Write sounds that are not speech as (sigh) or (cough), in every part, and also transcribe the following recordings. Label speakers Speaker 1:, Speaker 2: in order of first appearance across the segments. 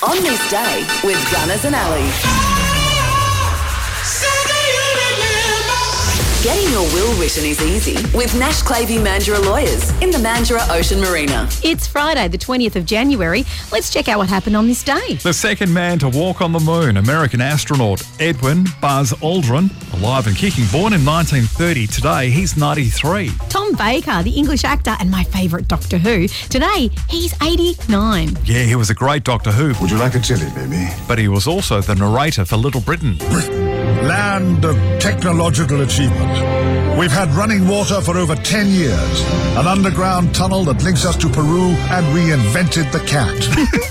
Speaker 1: Goodness Day with Gunners and Ali. Getting your will written is easy with Nash Clavey Mandurah Lawyers in the Mandurah Ocean Marina.
Speaker 2: It's Friday, the 20th of January. Let's check out what happened on this day.
Speaker 3: The second man to walk on the moon, American astronaut Edwin Buzz Aldrin, alive and kicking, born in 1930. Today, he's 93.
Speaker 2: Tom Baker, the English actor and my favourite Doctor Who, today he's 89.
Speaker 3: Yeah, he was a great Doctor Who,
Speaker 4: Would you like a chili, baby?
Speaker 3: but he was also the narrator for Little Britain.
Speaker 5: Land of technological achievement. We've had running water for over 10 years, an underground tunnel that links us to Peru, and we invented the cat.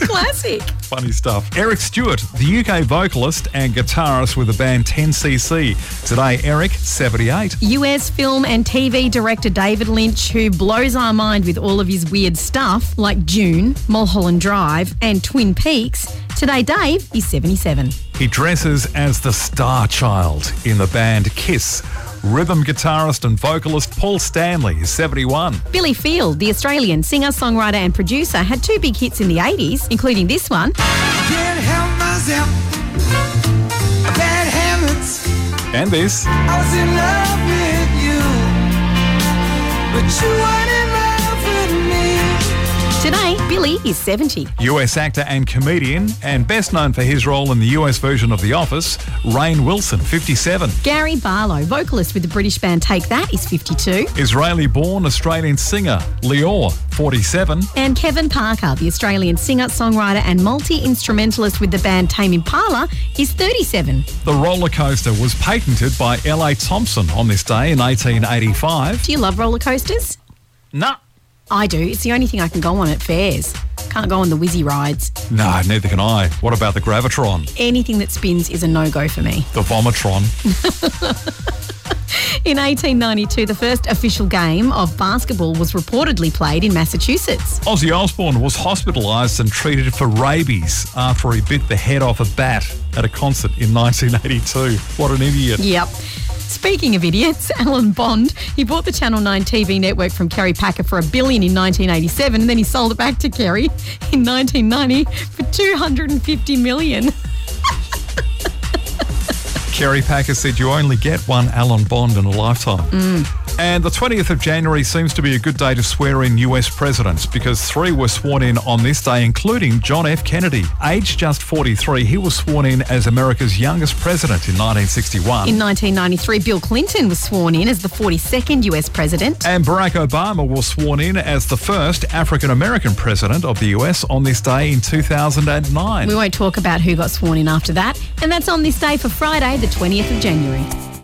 Speaker 2: Classic.
Speaker 3: Funny stuff. Eric Stewart, the UK vocalist and guitarist with the band 10cc. Today, Eric, 78.
Speaker 2: US film and TV director David Lynch, who blows our mind with all of his weird stuff like June, Mulholland Drive, and Twin Peaks. Today, Dave is 77.
Speaker 3: He dresses as the star child in the band Kiss. Rhythm guitarist and vocalist Paul Stanley is 71.
Speaker 2: Billy Field, the Australian singer, songwriter, and producer, had two big hits in the 80s, including this one.
Speaker 6: Can't help myself. Bad habits.
Speaker 3: And this.
Speaker 6: I was in love with you, but you weren't in love with me.
Speaker 2: Today, Billy is 70.
Speaker 3: US actor and comedian, and best known for his role in the US version of The Office, Rain Wilson, 57.
Speaker 2: Gary Barlow, vocalist with the British band Take That, is 52.
Speaker 3: Israeli born Australian singer, Lior, 47.
Speaker 2: And Kevin Parker, the Australian singer, songwriter, and multi instrumentalist with the band Tame Impala, is 37.
Speaker 3: The roller coaster was patented by L.A. Thompson on this day in 1885.
Speaker 2: Do you love roller coasters?
Speaker 3: No.
Speaker 2: I do. It's the only thing I can go on at fairs. Can't go on the Wizzy rides.
Speaker 3: No, neither can I. What about the Gravitron?
Speaker 2: Anything that spins is a no go for me.
Speaker 3: The Vomitron?
Speaker 2: In 1892, the first official game of basketball was reportedly played in Massachusetts.
Speaker 3: Ozzy Osbourne was hospitalised and treated for rabies after he bit the head off a bat at a concert in 1982. What an idiot.
Speaker 2: Yep. Speaking of idiots, (laughs) Alan Bond, he bought the Channel 9 TV network from Kerry Packer for a billion in 1987, and then he sold it back to Kerry (laughs) in 1990 for 250 million.
Speaker 3: Kerry Packer said you only get one Alan Bond in a lifetime. And the 20th of January seems to be a good day to swear in US presidents because three were sworn in on this day, including John F. Kennedy. Aged just 43, he was sworn in as America's youngest president in 1961.
Speaker 2: In 1993, Bill Clinton was sworn in as the 42nd US president.
Speaker 3: and Barack Obama was sworn in as the first African American president of the US on this day in 2009.
Speaker 2: We won't talk about who got sworn in after that. And that's on this day for Friday, the 20th of January.